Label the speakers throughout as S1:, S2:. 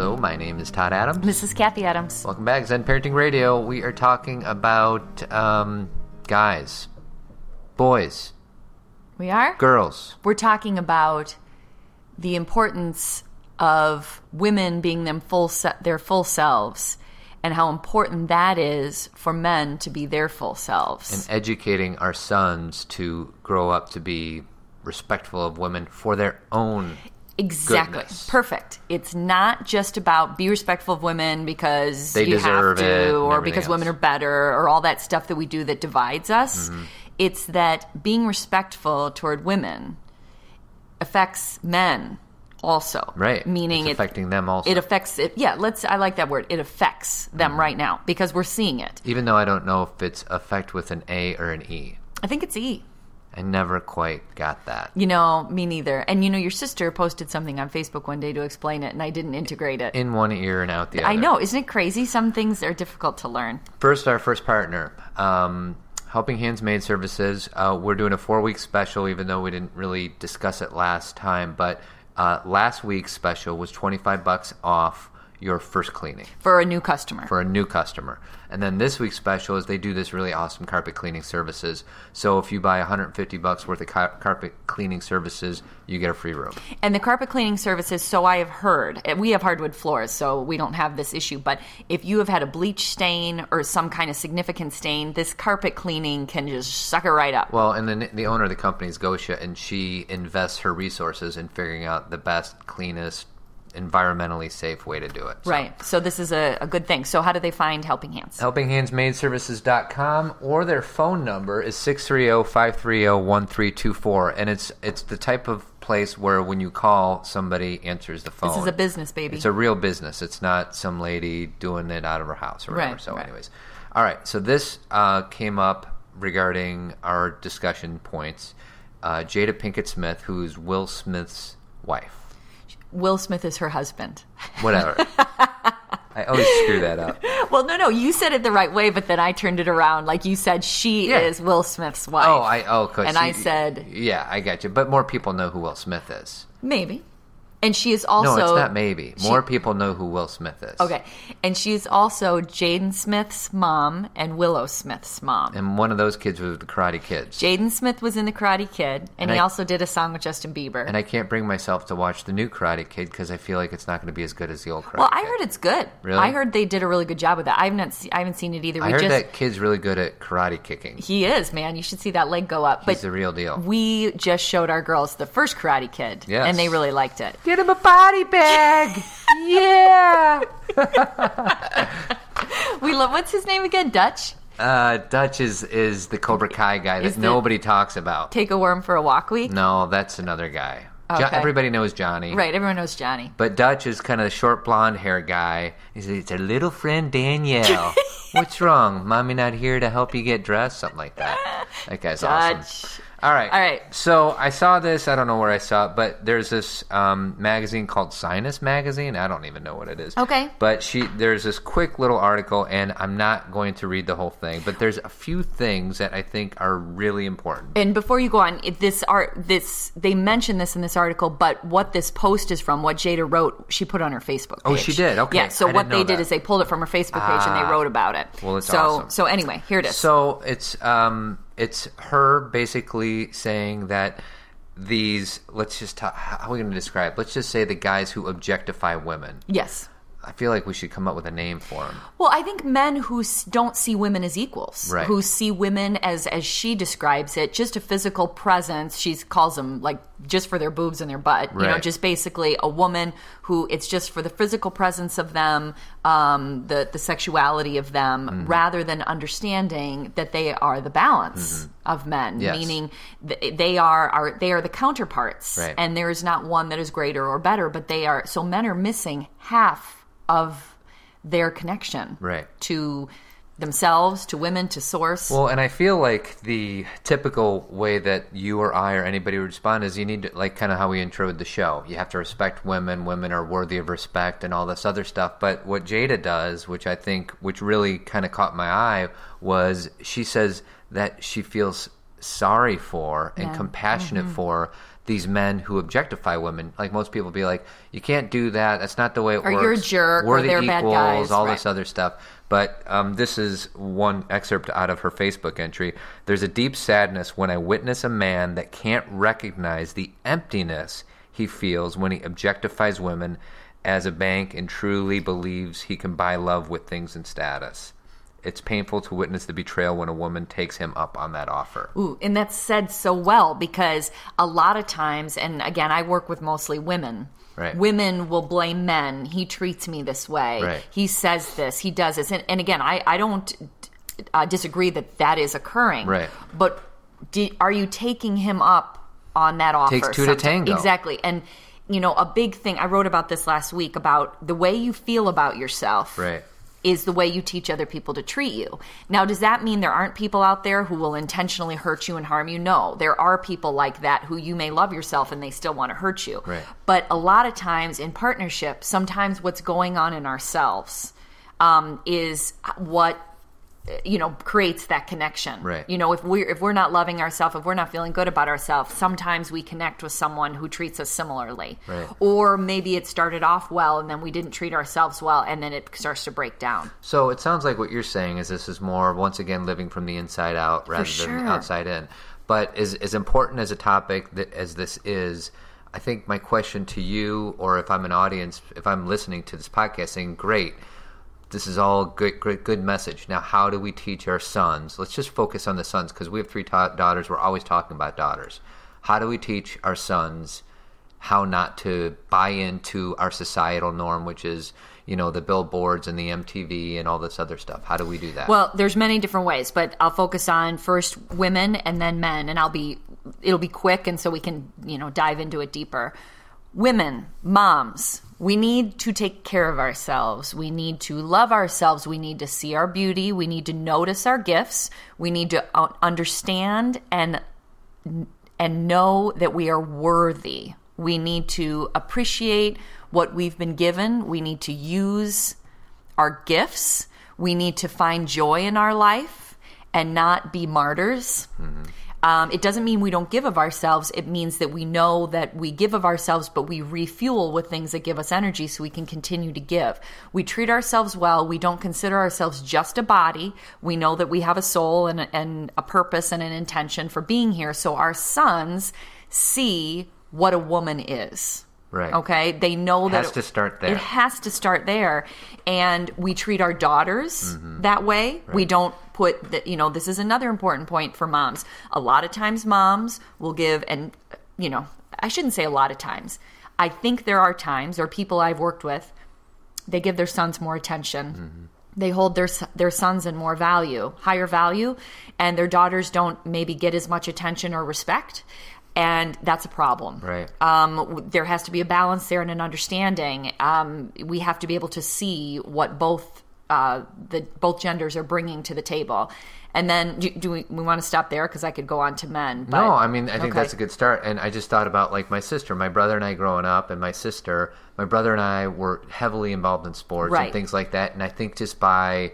S1: is Todd Adams.
S2: This is Kathy Adams.
S1: Welcome back, Zen Parenting Radio. We are talking about um, guys, boys,
S2: We are?
S1: girls.
S2: We're talking about the importance of women being them full se- their full selves and how important that is for men to be their full selves.
S1: and educating our sons to grow up to be respectful of women for their own.
S2: Exactly.
S1: Goodness.
S2: Perfect. It's not just about be respectful of women because
S1: They
S2: you
S1: deserve
S2: have
S1: it
S2: to
S1: and
S2: or
S1: everything
S2: because women are
S1: else. Mm-hmm.
S2: better or all that stuff that we do that divides us. It's that being respectful toward women affects men also.
S1: Right.
S2: Meaning
S1: It's
S2: it,
S1: affecting them also.
S2: it affects it. Yeah, let's I like that word. It affects them
S1: Mm.
S2: right now because we're seeing it.
S1: Even though I don't know if it's affect with an A or an E.
S2: I think it's E.
S1: I never quite got that.
S2: You know, me neither. And you know, your sister posted something on Facebook one day to explain it and I didn't integrate it.
S1: In one ear and out the other.
S2: I know. Isn't it crazy? Some things are difficult to learn.
S1: First, our first partner, um, Helping Hands Maid Services. Uh, we're doing a four week special, even though we didn't really discuss it last time. But uh, last week's special was 25 bucks off your first cleaning.
S2: for a new customer.
S1: for a new customer. And then this week's special is they do this really awesome carpet cleaning services. So if you buy 150 bucks worth of car- carpet cleaning services, you get a free room.
S2: and the carpet cleaning services, so I have heard, and we have hardwood floors, so we don't have this issue, but if you have had a bleach stain or some kind of significant stain, this carpet cleaning can just suck it right up.
S1: Well, and then the owner of the company is Gosha, and she invests her resources in figuring out the best, cleanest, environmentally safe way to do it. So
S2: right. So this is a, a good thing. So how do they find helping hands?
S1: helpinghandsmaidservices.com or their phone number is oh, 630-530-1324 and it's it's the type of place where when you call somebody answers the phone
S2: This is a business, baby.
S1: It's a real business. It's not some lady doing it out of her house or whatever.
S2: Right,
S1: so,
S2: right.
S1: anyways, all right. So this uh, came up regarding our discussion points. Uh, Jada Pinkett Smith, who's Will Smith's wife,
S2: Will Smith is her husband.
S1: whatever. I always screw that up.
S2: Well, no, no, you said it the right way, but then I turned it around. Like you said, she
S1: Yeah.
S2: is Will Smith's wife.
S1: Oh, I oh, 'cause
S2: And
S1: you-
S2: I said-
S1: yeah, I got you. But more people know who Will Smith is.
S2: Maybe. And she is also.
S1: No, it's not maybe. More people know who Will Smith is.
S2: Okay. And she's also Jaden Smith's mom and Willow Smith's mom.
S1: And one of those kids was the Karate Kids.
S2: Jaden Smith was in The Karate Kid, and, he
S1: I-
S2: also did a song with Justin Bieber.
S1: and I can't bring myself to watch the new Karate Kid because I feel like it's not going to be as good as the old Karate
S2: well, I
S1: Kid.
S2: heard it's good.
S1: Really?
S2: I heard they did a really good job with that. I've not, se- I haven't seen it either.
S1: I heard that kid's really good at karate kicking.
S2: he is man. You should see that leg go up.
S1: He's
S2: But
S1: the real deal.
S2: we just showed our girls the first Karate Kid,
S1: Yes.
S2: and they really liked it.
S1: Get him a body bag. yeah.
S2: We love. What's his name again? Dutch.
S1: Uh, Dutch is is the Cobra Kai guy that
S2: Is the-
S1: nobody talks about.
S2: Take a worm for a walk week.
S1: No, that's another guy. Jo-
S2: Okay.
S1: everybody knows Johnny.
S2: Right. Everyone knows Johnny.
S1: But Dutch is kind of the short blonde hair guy. He says, "It's our little friend Danielle. What's wrong? Mommy not here to help you get dressed? Something like that. That guy's awesome.
S2: Dutch.
S1: All right.
S2: All right.
S1: So I saw this. I don't know where I saw it, but there's this um, magazine called Sinus Magazine. I don't even know what it is.
S2: Okay.
S1: But she there's this quick little article, and I'm not going to read the whole thing, but there's a few things that I think are really important.
S2: And before you go on, if this art, this they mention this in this article, but what this post is from, what Jada wrote, she put on her Facebook. Page.
S1: Oh, she did? Okay.
S2: Yeah. So
S1: I
S2: what
S1: didn't know
S2: they did
S1: that. Ah.
S2: is they pulled it from her Facebook page and they wrote about it.
S1: Well, it's
S2: so
S1: awesome.
S2: so anyway, here it is.
S1: So it's um it's her basically saying that these let's just talk, how are we going to describe? Let's just say the guys who objectify women.
S2: yes.
S1: I feel like we should come up with a name for them.
S2: Well, I think men who s- don't see women as equals,
S1: Right.
S2: who see women as as she describes it, just a physical presence. She calls them like just for their boobs and their butt, you know,
S1: Right.
S2: just basically a woman who it's just for the physical presence of them, um, the the sexuality of them,
S1: Mm-hmm.
S2: rather than understanding that they are the balance of men,
S1: Mm-hmm. Yes.
S2: meaning th- they are are they are the counterparts,
S1: Right.
S2: and there is not one that is greater or better, but they are. So men are missing half of their connection
S1: Right.
S2: to themselves, to women, to source.
S1: Well, and I feel like the typical way that you or I or anybody would respond is you need to, like, kind of how we introed the show. You have to respect women. Women are worthy of respect and all this other stuff. But what Jada does, which I think, which really kind of caught my eye, was she says that she feels sorry for and
S2: Yeah.
S1: compassionate for these men who objectify women. Like most people be like, you can't do that. That's not the way it
S2: Or
S1: works.
S2: you're a jerk,
S1: We're
S2: or
S1: the
S2: they're
S1: equals.
S2: bad guys,"
S1: All
S2: right.
S1: this other stuff. But um, this is one excerpt out of her Facebook entry. There's a deep sadness when I witness a man that can't recognize the emptiness he feels when he objectifies women as a bank and truly believes he can buy love with things and status. It's painful to witness the betrayal when a woman takes him up on that offer.
S2: Ooh, and that's said so well because a lot of times, and again, I work with mostly women.
S1: Right.
S2: Women will blame men. He treats me this way.
S1: Right.
S2: He says this. He does this. And, and again, I, I don't uh, disagree that that is occurring.
S1: Right.
S2: But do, are you taking him up on that offer?
S1: Takes two to
S2: sometime?
S1: tango.
S2: Exactly. And, you know, a big thing, I wrote about this last week about the way you feel about yourself
S1: Right.
S2: is the way you teach other people to treat you. Now, does that mean there aren't people out there who will intentionally hurt you and harm you? No, there are people like that who you may love yourself and they still want to hurt you.
S1: Right.
S2: But a lot of times in partnership, sometimes what's going on in ourselves um, is what you know creates that connection
S1: Right.
S2: you know if we're if we're not loving ourselves if we're not feeling good about ourselves sometimes we connect with someone who treats us similarly
S1: Right.
S2: or maybe it started off well and then we didn't treat ourselves well and then it starts to break down
S1: So it sounds like what you're saying is this is more once again living from the inside out rather than
S2: sure.
S1: outside in. But as as important as a topic that, as this is, I think my question to you, or if I'm an audience, if I'm listening to this podcast, saying, "Great, this is all good, great, good message." Now, how do we teach our sons? Let's just focus on the sons because we have three ta- daughters. We're always talking about daughters. How do we teach our sons? how not to buy into our societal norm, which is you know the billboards and the MTV and all this other stuff. How do we do that?
S2: Well, there's many different ways, but I'll focus on first women and then men, and I'll be it'll be quick, and so we can you know dive into it deeper. Women, moms, we need to take care of ourselves. We need to love ourselves. We need to see our beauty. We need to notice our gifts. We need to uh, understand and and know that we are worthy. We need to appreciate what we've been given. We need to use our gifts. We need to find joy in our life and not be martyrs. Um, it doesn't mean we don't give of ourselves. It means that we know that we give of ourselves, but we refuel with things that give us energy so we can continue to give. We treat ourselves well. We don't consider ourselves just a body. We know that we have a soul and, and a purpose and an intention for being here. So our sons see what a woman is.
S1: Right.
S2: Okay. They know that
S1: Has to start there.
S2: It has to start there, and we treat our daughters
S1: Mm-hmm.
S2: that way. We don't put that. You know, this is another important point for moms. A lot of times, moms will give, and you know, I shouldn't say a lot of times. I think there are times, or people I've worked with, they give their sons more attention.
S1: Mm-hmm.
S2: They hold their s- their sons in more value, higher value, and their daughters don't maybe get as much attention or respect, and that's a problem
S1: right.
S2: um, w- there has to be a balance there and an understanding. Um, we have to be able to see what both uh, the both genders are bringing to the table. And then, do, do we, we want to stop there because I could go on to men? But,
S1: no, I mean I think
S2: Okay.
S1: that's a good start. And I just thought about like my sister, my brother and I growing up, and my sister, my brother and I were heavily involved in sports and
S2: Right.
S1: things like that. And I think just by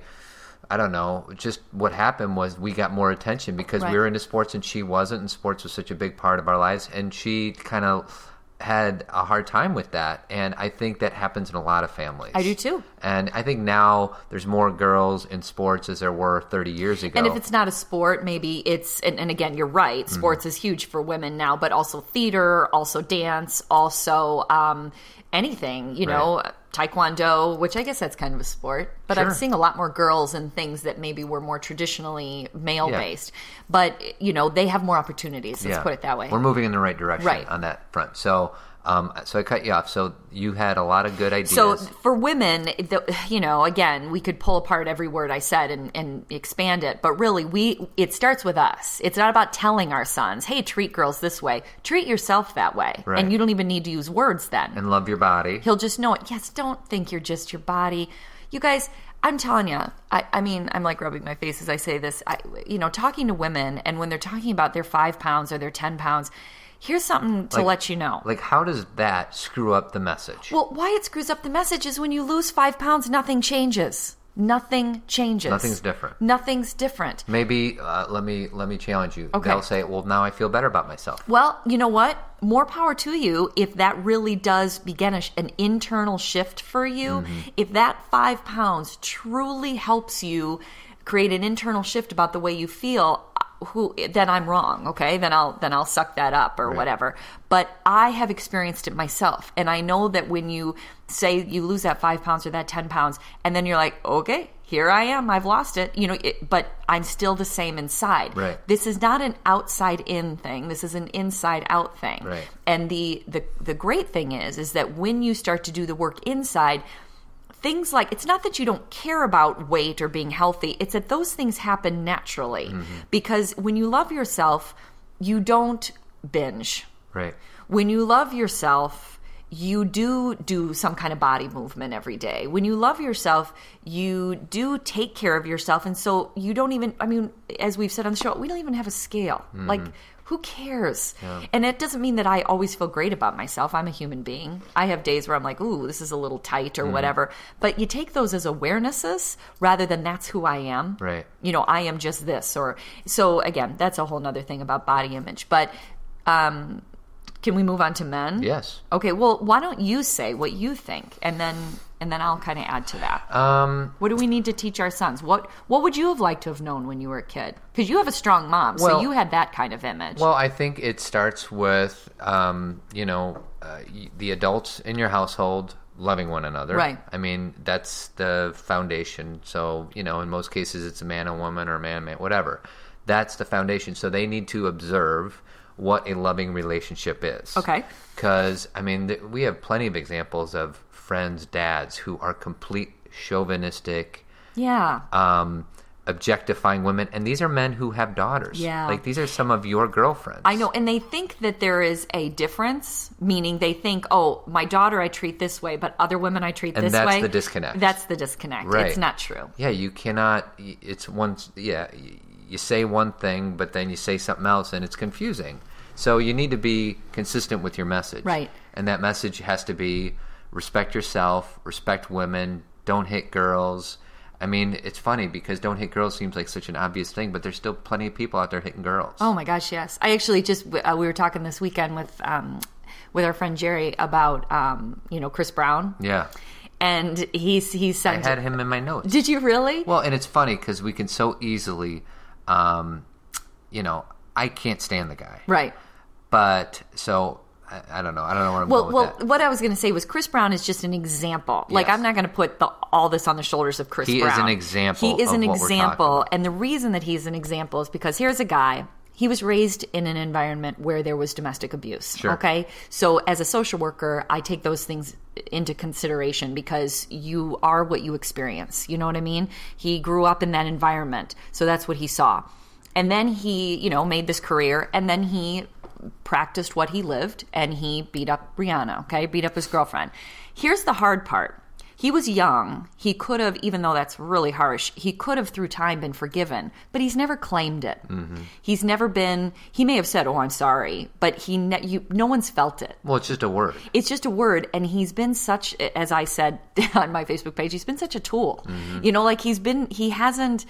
S1: I don't know, just what happened was we got more attention because we
S2: Right.
S1: were into sports and she wasn't, and sports was such a big part of our lives, and she kind of had a hard time with that. And I think that happens in a lot of families.
S2: I do too.
S1: And I think now there's more girls in sports as there were 30 years ago.
S2: And if it's not a sport, maybe it's, and, and again, you're right,
S1: Hmm.
S2: sports is huge for women now, but also theater, also dance, also um, anything, you know, taekwondo, which I guess that's kind of a sport. But I'm
S1: Sure.
S2: seeing a lot more girls in things that maybe were more traditionally male
S1: Yeah.
S2: based. But, you know, they have more opportunities. Let's
S1: Yeah.
S2: put it that way.
S1: We're moving in the right direction
S2: Right.
S1: on that front. So, um, so I cut you off. So you had a lot of good ideas.
S2: So for women, the, you know, again, we could pull apart every word I said and, and expand it, but really, we it starts with us. It's not about telling our sons, "Hey, treat girls this way. Treat yourself that way,"
S1: Right.
S2: and you don't even need to use words then.
S1: and love your body.
S2: He'll just know it. Yes, don't think you're just your body. You guys, I'm telling you, I, I mean, I'm like rubbing my face as I say this. I, you know, talking to women and when they're talking about their five pounds or their 10 pounds, here's something to
S1: Like-
S2: let you know.
S1: Like, how does that screw up the message?
S2: Well, why it screws up the message is when you lose five pounds, nothing changes. Nothing changes.
S1: Nothing's different.
S2: Nothing's different.
S1: Maybe uh, let me let me challenge you.
S2: Okay.
S1: They'll say, "Well, now I feel better about myself."
S2: Well, you know what? More power to you if that really does begin a sh- an internal shift for you. If that five pounds truly helps you create an internal shift about the way you feel, uh, who then I'm wrong. Okay, then I'll then I'll suck that up or whatever. But I have experienced it myself, and I know that when you say you lose that five pounds or that ten pounds, and then you're like, okay. Here I am. I've lost it, you know. It, but I'm still the same inside.
S1: Right.
S2: This is not an outside in thing. This is an inside out thing.
S1: Right.
S2: And the, the the great thing is is that when you start to do the work inside, things like it's not that you don't care about weight or being healthy, it's that those things happen naturally.
S1: Mm-hmm.
S2: Because when you love yourself, you don't binge
S1: Right.
S2: when you love yourself you do do some kind of body movement every day when you love yourself you do take care of yourself and so you don't even i mean as we've said on the show we don't even have a scale like who cares? And it doesn't mean that I always feel great about myself. I'm a human being. I have days where I'm like, ooh, this is a little tight or whatever. But you take those as awarenesses rather than that's who I am
S1: Right.
S2: you know, I am just this or so again, that's a whole nother thing about body image. But um can we move on to men?
S1: Yes.
S2: Okay, well why don't you say what you think and then and then I'll kinda add to that.
S1: Um,
S2: what do we need to teach our sons? What what would you have liked to have known when you were a kid? Because you have a strong mom, so
S1: Well-
S2: you had that kind of image.
S1: Well, I think it starts with, um, you know, uh, y- the adults in your household loving one another.
S2: Right.
S1: I mean, that's the foundation. So, you know, in most cases, it's a man and woman or a man and man, whatever. That's the foundation. So they need to observe what a loving relationship is.
S2: Okay.
S1: Because, I mean, th- we have plenty of examples of friends, dads who are complete chauvinistic
S2: yeah.
S1: um, objectifying women, and these are men who have daughters.
S2: Yeah.
S1: like these are some of your girlfriends.
S2: I know, and they think that there is a difference, meaning they think, oh, my daughter I treat this way, but other women I treat
S1: And
S2: this
S1: that's
S2: way.
S1: the disconnect.
S2: That's the disconnect.
S1: Right.
S2: It's not true.
S1: Yeah, you cannot. y- It's one. Yeah, y- you say one thing, but then you say something else, and it's confusing. So you need to be consistent with your message,
S2: Right.
S1: And that message has to be respect yourself, respect women, don't hit girls. I mean, it's funny because don't hit girls seems like such an obvious thing, but there's still plenty of people out there hitting girls.
S2: Oh my gosh, yes. I actually just uh, we were talking this weekend with um, with our friend Jerry about um, you know Chris Brown,
S1: yeah,
S2: and he's he
S1: I
S2: sent.
S1: had him in my notes.
S2: Did you really?
S1: Well, and it's funny because we can so easily, um, you know, I can't stand the guy,
S2: right.
S1: but so I, I don't know. I don't know where I'm
S2: Well,
S1: going
S2: well,
S1: with that.
S2: what I was going to say was Chris Brown is just an example. Like
S1: Yes.
S2: I'm not going to put the, all this on the shoulders of Chris
S1: He is
S2: Brown.
S1: an example
S2: He is
S1: of
S2: an
S1: what we're talking
S2: example,
S1: about.
S2: and the reason that he's an example is because here's a guy. He was raised in an environment where there was domestic abuse.
S1: Sure.
S2: Okay, so as a social worker, I take those things into consideration because you are what you experience. You know what I mean? He grew up in that environment, so that's what he saw. And then he, you know, made this career, and then he practiced what he lived and he beat up Rihanna, okay? Beat up his girlfriend. Here's the hard part. He was young. He could have, even though that's really harsh, he could have through time been forgiven, but he's never claimed it. He's never been, he may have said, Oh, I'm sorry, but he, ne- you, no one's felt it
S1: Well, it's just a word.
S2: it's just a word and he's been such as i said on my facebook page he's been such a tool
S1: Mm-hmm.
S2: you know like he's been he hasn't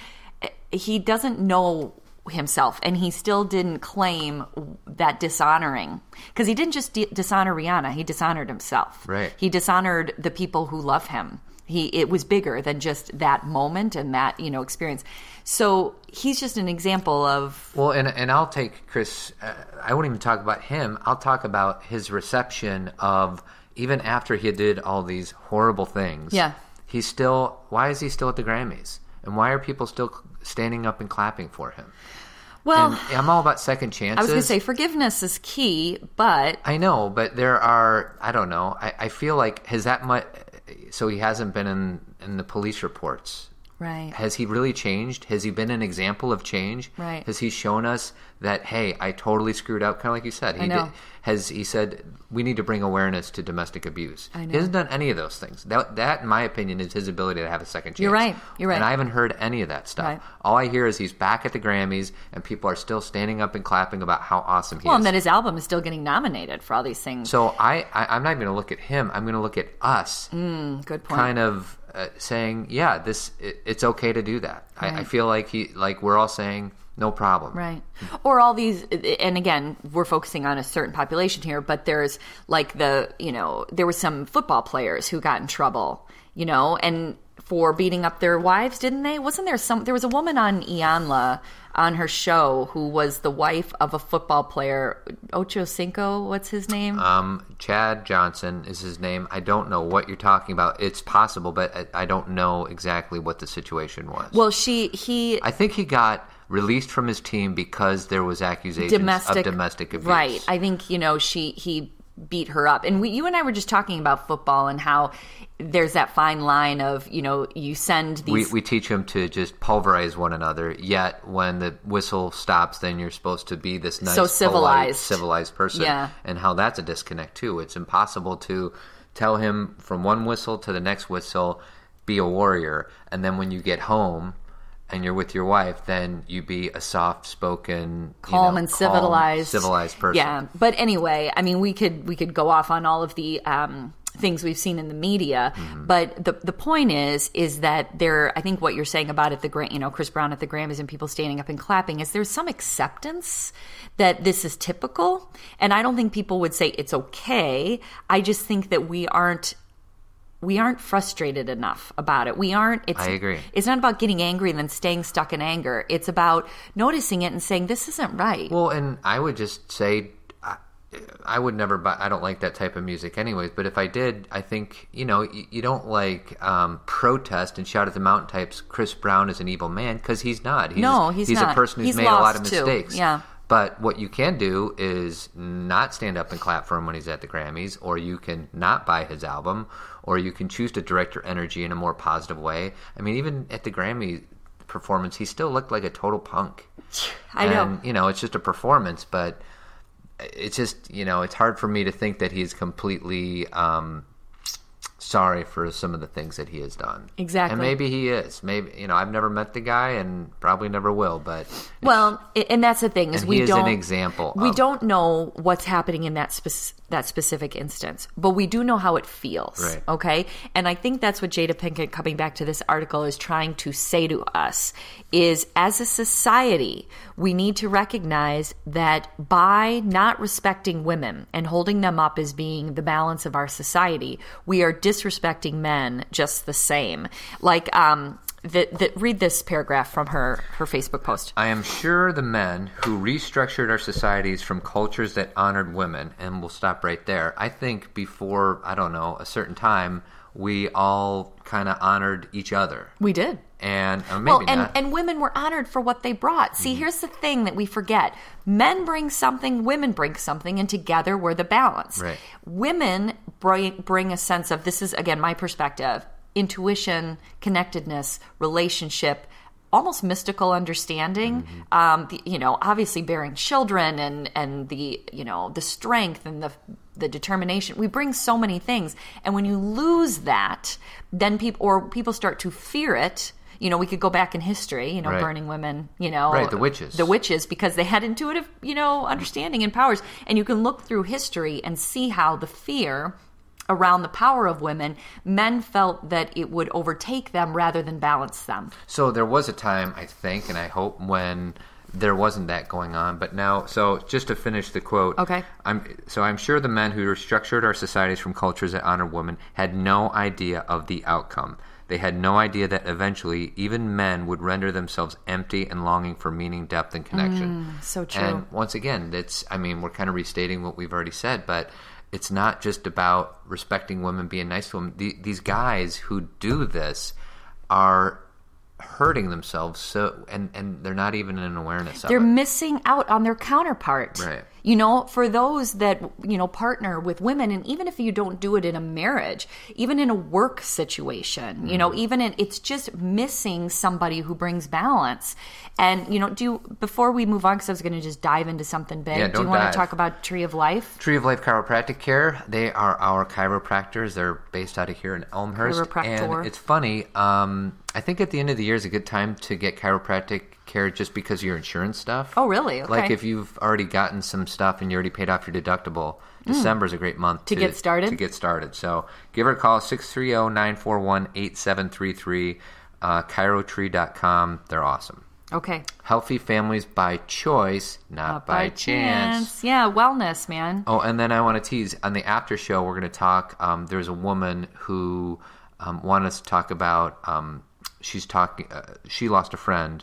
S2: he doesn't know himself and he still didn't claim that dishonoring because he didn't just di- dishonor rihanna he dishonored himself
S1: Right.
S2: he dishonored the people who love him he it was bigger than just that moment and that you know experience so he's just an example of
S1: Well, and and I'll take Chris. Uh, I won't even talk about him. I'll talk about his reception of even after he did all these horrible things.
S2: Yeah.
S1: he's still. Why is he still at the Grammys? And why are people still standing up and clapping for him?
S2: well
S1: And I'm all about second chances.
S2: Oh. i was going to say forgiveness is key but
S1: I know, but there are. I don't know. I, I feel like has that much. So he hasn't been in in the police reports.
S2: right
S1: Has he really changed? Has he been an example of change?
S2: Right.
S1: Has he shown us that hey, I totally screwed up? Kind of like you said. He
S2: I know.
S1: has he said we need to bring awareness to domestic abuse?
S2: I know.
S1: He hasn't done any of those things. That that, in my opinion, is his ability to have a second chance.
S2: You're right. You're right.
S1: And I haven't heard any of that stuff.
S2: Right.
S1: All I hear is he's back at the Grammys, and people are still standing up and clapping about how awesome he
S2: Well,
S1: is.
S2: and that his album is still getting nominated for all these things.
S1: So I, I I'm not even going to look at him. I'm going to look at us,
S2: Good point.
S1: kind of uh, saying, "Yeah, this it, it's okay to do that." I, I feel like he like we're all saying no problem.
S2: Right. Or all these, and again, we're focusing on a certain population here, but there's like the, you know, there were some football players who got in trouble, you know, and for beating up their wives, didn't they? Wasn't there some, there was a woman on Ianla on her show who was the wife of a football player, Ocho Cinco, what's his name?
S1: Um, Chad Johnson is his name. I don't know what you're talking about. It's possible, but I, I don't know exactly what the situation was.
S2: well, she, he,
S1: I think he got released from his team because there was accusations of domestic abuse.
S2: Right. I think you know she he beat her up, and we, you and I were just talking about football and how there's that fine line of you know you send
S1: we,
S2: these
S1: we teach them to just pulverize one another. Yet when the whistle stops, then you're supposed to be this nice,
S2: So
S1: polite,
S2: civilized.
S1: civilized person.
S2: Yeah.
S1: And how that's a disconnect too. It's impossible to tell him from one whistle to the next whistle, be a warrior, and then when you get home and you're with your wife, then you be a soft-spoken,
S2: calm
S1: you know,
S2: and civilized
S1: civilized person.
S2: Yeah, but anyway, I mean, we could we could go off on all of the um, things we've seen in the media,
S1: Mm-hmm.
S2: but the the point is is that there. I think what you're saying about at the Gra- you know Chris Brown at the Grammys and people standing up and clapping is there's some acceptance that this is typical, and I don't think people would say it's okay. I just think that we aren't. We aren't frustrated enough about it. We aren't. It's,
S1: I agree.
S2: It's not about getting angry and then staying stuck in anger. It's about noticing it and saying this isn't right.
S1: Well, and I would just say I, I would never buy. I don't like that type of music, anyways. But if I did, I think you know you, you don't like um, protest and shout at the mountain types. Chris Brown is an evil man because he's not. He's,
S2: No, he's
S1: a
S2: not.
S1: person who's
S2: He's
S1: made a lot
S2: lost,
S1: of
S2: too.
S1: mistakes.
S2: Yeah.
S1: But what you can do is not stand up and clap for him when he's at the Grammys, or you can not buy his album, or you can choose to direct your energy in a more positive way. I mean, even at the Grammy performance, he still looked like a total punk
S2: I know.
S1: and you know it's just a performance but it's just you know it's hard for me to think that he's completely um sorry for some of the things that he has done
S2: Exactly.
S1: and maybe he is maybe you know i've never met the guy and probably never will but
S2: Well, a- and that's the thing is
S1: And
S2: we
S1: he is an oh.
S2: don't
S1: example
S2: We
S1: of-
S2: don't know what's happening in that spec- that specific instance, but we do know how it feels.
S1: Right.
S2: Okay, and I think that's what Jada Pinkett, coming back to this article, is trying to say to us: is as a society, we need to recognize that by not respecting women and holding them up as being the balance of our society, we are disrespecting men just the same. Like, um. The, the, read this paragraph from her her Facebook post.
S1: I am sure the men who restructured our societies from cultures that honored women, and we'll stop right there. I think before, I don't know, a certain time, we all kind of honored each other.
S2: We did.
S1: And or maybe
S2: Well, and,
S1: not. Mm-hmm.
S2: and women were honored for what they brought. See, here's the thing that we forget men bring something, women bring something, and together we're the balance.
S1: Right.
S2: Women bring, bring a sense of this is, again, my perspective intuition, connectedness, relationship. Almost mystical understanding, um, the- you know. Obviously, bearing children and and the you know the strength and the the determination. We bring so many things, and when you lose that, then people or people start to fear it. You know, we could go back in history. You know,
S1: Right.
S2: burning women. You know,
S1: Right, the witches.
S2: the witches, because they had intuitive, you know, understanding and powers. And you can look through history and see how the fear around the power of women, men felt that it would overtake them rather than balance them.
S1: So there was a time, I think, and I hope when there wasn't that going on. But now, so just to finish the quote,
S2: Okay.
S1: I'm so I'm sure the men who restructured our societies from cultures that honor women had no idea of the outcome. They had no idea that eventually even men would render themselves empty and longing for meaning, depth, and connection.
S2: so true.
S1: And once again, that's I mean, we're kind of restating what we've already said, but it's not just about respecting women, being nice to them. The, these guys who do this are hurting themselves so and and they're not even in awareness of
S2: They're
S1: it.
S2: missing out on their counterpart.
S1: Right.
S2: You know, for those that, you know, partner with women, and even if you don't do it in a marriage, even in a work situation, you
S1: Mm-hmm.
S2: know, even in, it's just missing somebody who brings balance. And, you know, do, before we move on, because I was going to just dive into something big,
S1: Yeah,
S2: do
S1: don't
S2: you want
S1: dive.
S2: to talk about Tree of Life?
S1: Tree of Life Chiropractic Care. They are our chiropractors. They're based out of here in Elmhurst.
S2: Chiropractor.
S1: And it's funny. Um, I think at the end of the year is a good time to get chiropractic care just because of your insurance stuff.
S2: Oh, really?
S1: Like
S2: Okay.
S1: if you've already gotten some stuff and you already paid off your deductible, December is a great month
S2: Hmm. To get started?
S1: To get started. So give her a call oh, 630-941-8733 uh chirotree.com. They're awesome.
S2: Okay.
S1: Healthy families by choice, not, by, chance.
S2: Yeah, wellness, man.
S1: Oh, and then I want to tease on the after show. We're going to talk. Um, there's a woman who um, wanted us to talk about. Um, she's talking. Uh, she lost a friend,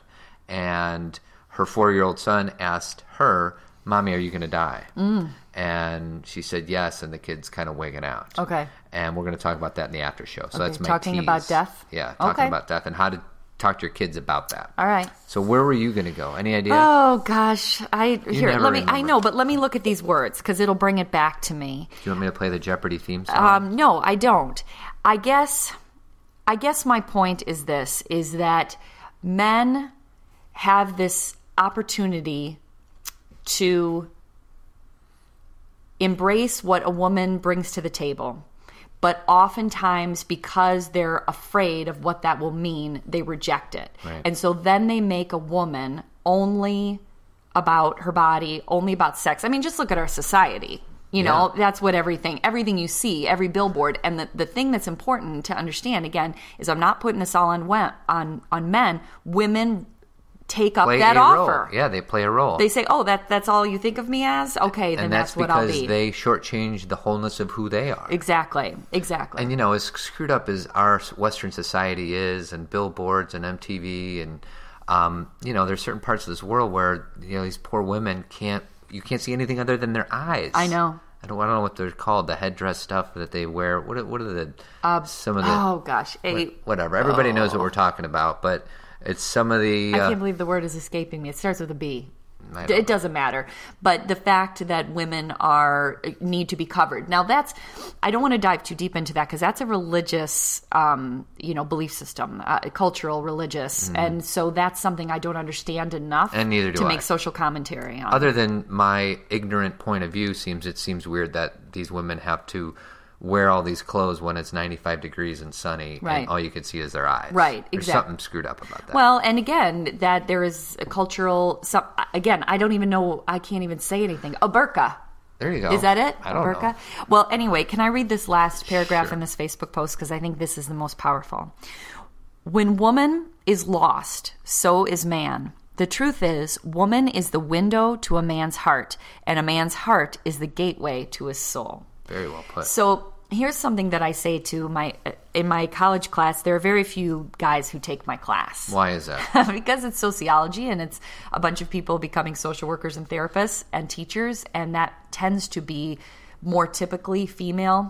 S1: and her four-year-old son asked her, "Mommy, are you going to die?" Mm. And she said yes, and the kid's kind of wigging out.
S2: Okay.
S1: And we're going to talk about that in the after show. So that's my
S2: talking
S1: tease.
S2: about death?
S1: Yeah, talking
S2: Okay.
S1: about death and how to talk to your kids about that.
S2: All right.
S1: So where were you going to go? Any idea?
S2: Oh gosh, I here.
S1: never
S2: Let me. I
S1: remember.
S2: know, but let me look at these words because it'll bring it back to me.
S1: Do you want me to play the Jeopardy theme song?
S2: Um, no, I don't. I guess. I guess my point is this: is that men have this opportunity to embrace what a woman brings to the table. But oftentimes, because they're afraid of what that will mean, they reject it.
S1: Right.
S2: And so then they make a woman only about her body, only about sex. I mean, just look at our society. You know,
S1: Yeah.
S2: that's what everything, everything you see, every billboard. And the, the thing that's important to understand, again, is I'm not putting this all on, we- on, on men. Women take up
S1: play
S2: that
S1: a role.
S2: offer.
S1: Yeah, they play a role.
S2: They say, oh, that, that's all you think of me as? Okay, then
S1: and that's,
S2: what I'll
S1: because
S2: be.
S1: they shortchange the wholeness of who they are.
S2: Exactly. Exactly.
S1: And you know, as screwed up as our Western society is, and billboards and MTV, and um, you know, there's certain parts of this world where you know these poor women can't you can't see anything other than their eyes.
S2: I know.
S1: I don't, I don't know what they're called. The headdress stuff that they wear. What are, what are the some of the
S2: oh gosh, a,
S1: whatever? Everybody knows what we're talking about, but it's some of the
S2: I
S1: uh,
S2: can't believe the word is escaping me. It starts with a B.
S1: I don't
S2: It doesn't matter, but the fact that women are need to be covered. Now that's I don't want to dive too deep into that because that's a religious, um, you know, belief system, uh, cultural, religious, and so that's something I don't understand enough.
S1: Mm-hmm. And neither do
S2: to
S1: I.
S2: make social commentary on.
S1: other than my ignorant point of view seems it seems weird that these women have to wear all these clothes when it's 95 degrees and sunny
S2: Right.
S1: and all you can see is their eyes
S2: Right,
S1: there's
S2: exact-
S1: something screwed up about that
S2: Well, and again, that there is a cultural. Some, again, I don't even know. I can't even say anything. A burqa.
S1: there you go
S2: Is that it?
S1: i don't
S2: Burqa?
S1: know
S2: Well, anyway, can I read this last paragraph
S1: Sure.
S2: in this Facebook post because I think this is the most powerful. When woman is lost, so is man. The truth is, woman is the window to a man's heart, and a man's heart is the gateway to his soul.
S1: very well put
S2: So here's something that I say to my in my college class. There are very few guys who take my class
S1: why is that
S2: because it's sociology and it's a bunch of people becoming social workers and therapists and teachers, and that tends to be more typically female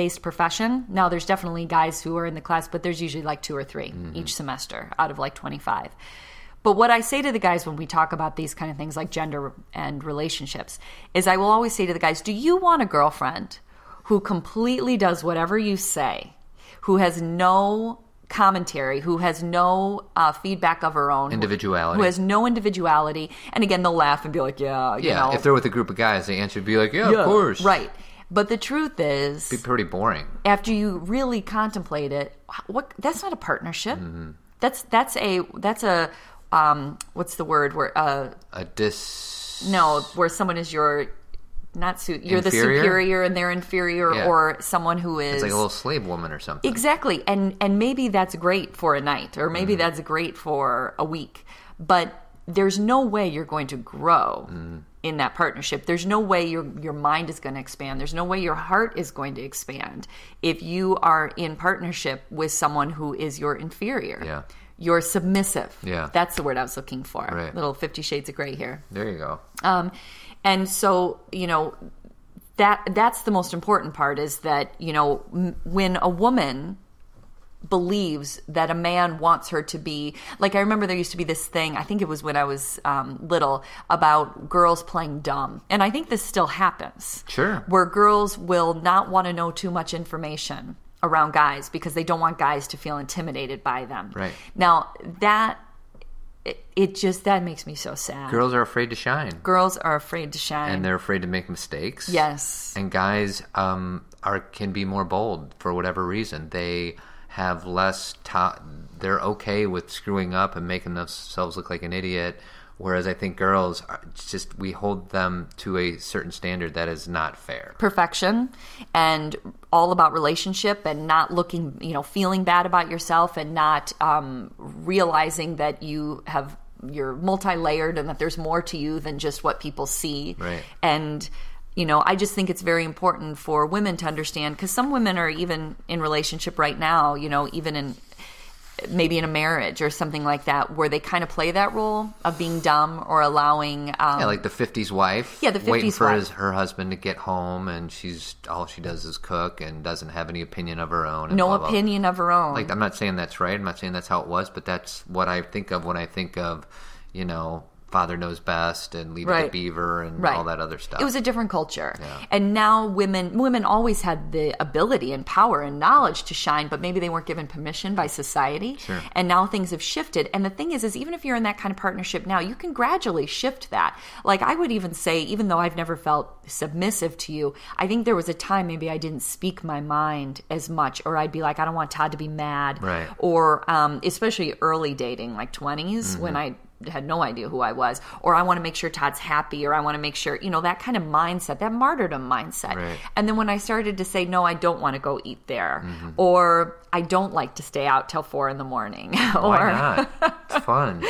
S2: based profession. Now, there's definitely guys who are in the class, but there's usually like two or 3 each semester out of like 25. But what I say to the guys when we talk about these kind of things like gender and relationships is I will always say to the guys, Do you want a girlfriend who completely does whatever you say? who has no commentary, who has no uh, feedback of her own,
S1: Individuality.
S2: who has no individuality. And again, they'll laugh and be like, "Yeah, you
S1: yeah
S2: know,
S1: if they're with a group of guys the answer would be like yeah,
S2: yeah,
S1: of course
S2: right." But the truth is,
S1: It'd be pretty boring
S2: after you really contemplate it, what that's not a partnership.
S1: Mm-hmm.
S2: That's that's a that's a um, what's the word where uh,
S1: a dis
S2: no where someone is your not su- you're
S1: Inferior?
S2: the superior and they're inferior
S1: Yeah.
S2: or someone who is
S1: it's like a little slave woman or something
S2: Exactly. And and maybe that's great for a night or
S1: Mm-hmm.
S2: maybe that's great for a week. But there's no way you're going to grow
S1: Mm.
S2: in that partnership. There's no way your your mind is going to expand. There's no way your heart is going to expand if you are in partnership with someone who is your inferior.
S1: Yeah.
S2: You're submissive.
S1: Yeah.
S2: That's the word I was looking for.
S1: Right.
S2: Little 50 shades of gray here.
S1: there you go
S2: Um, and so you know that that's the most important part is that you know m- when a woman believes that a man wants her to be like i remember there used to be this thing i think it was when i was um, little about girls playing dumb and i think this still happens
S1: Sure.
S2: where girls will not want to know too much information around guys because they don't want guys to feel intimidated by them
S1: Right.
S2: now that it, it just that makes me so sad
S1: girls are afraid to shine
S2: girls are afraid to shine.
S1: and they're afraid to make mistakes
S2: yes,
S1: and guys um, are can be more bold for whatever reason. They have less top. They're okay with screwing up and making themselves look like an idiot. Whereas I think girls, are it's just we hold them to a certain standard that is not fair.
S2: perfection and all about relationship and not looking, you know, feeling bad about yourself and not um, realizing that you have you're multi-layered and that there's more to you than just what people see.
S1: Right.
S2: And you know, I just think it's very important for women to understand because some women are even in relationship right now, you know, even in maybe in a marriage or something like that where they kind of play that role of being dumb or allowing um,
S1: Yeah, like the '50s wife.
S2: Yeah, the
S1: waiting
S2: 50s
S1: for
S2: wife.
S1: his, her husband to get home, and she's all she does is cook and doesn't have any opinion of her own. and
S2: no
S1: blah, blah,
S2: opinion of her own
S1: like I'm not saying that's right. I'm not saying that's how it was, but that's what I think of when I think of, you know, Father Knows Best and Leave It to
S2: Right.
S1: Beaver and all that other stuff.
S2: It was a different culture, and now women women always had the ability and power and knowledge to shine, but maybe they weren't given permission by society. And now things have shifted. And the thing is, is even if you're in that kind of partnership now, you can gradually shift that. Like I would even say, even though I've never felt submissive to you, I think there was a time maybe I didn't speak my mind as much, or I'd be like, I don't want Todd to be mad,
S1: Right.
S2: or um, especially early dating, like 20s, when
S1: Mm-hmm.
S2: I had no idea who I was, or I want to make sure Todd's happy, or I want to make sure, you know, that kind of mindset, that martyrdom mindset.
S1: Right.
S2: And then when I started to say, no, I don't want to go eat there,
S1: Mm-hmm.
S2: or I don't like to stay out till four in the morning,
S1: Why
S2: or
S1: not? It's fun.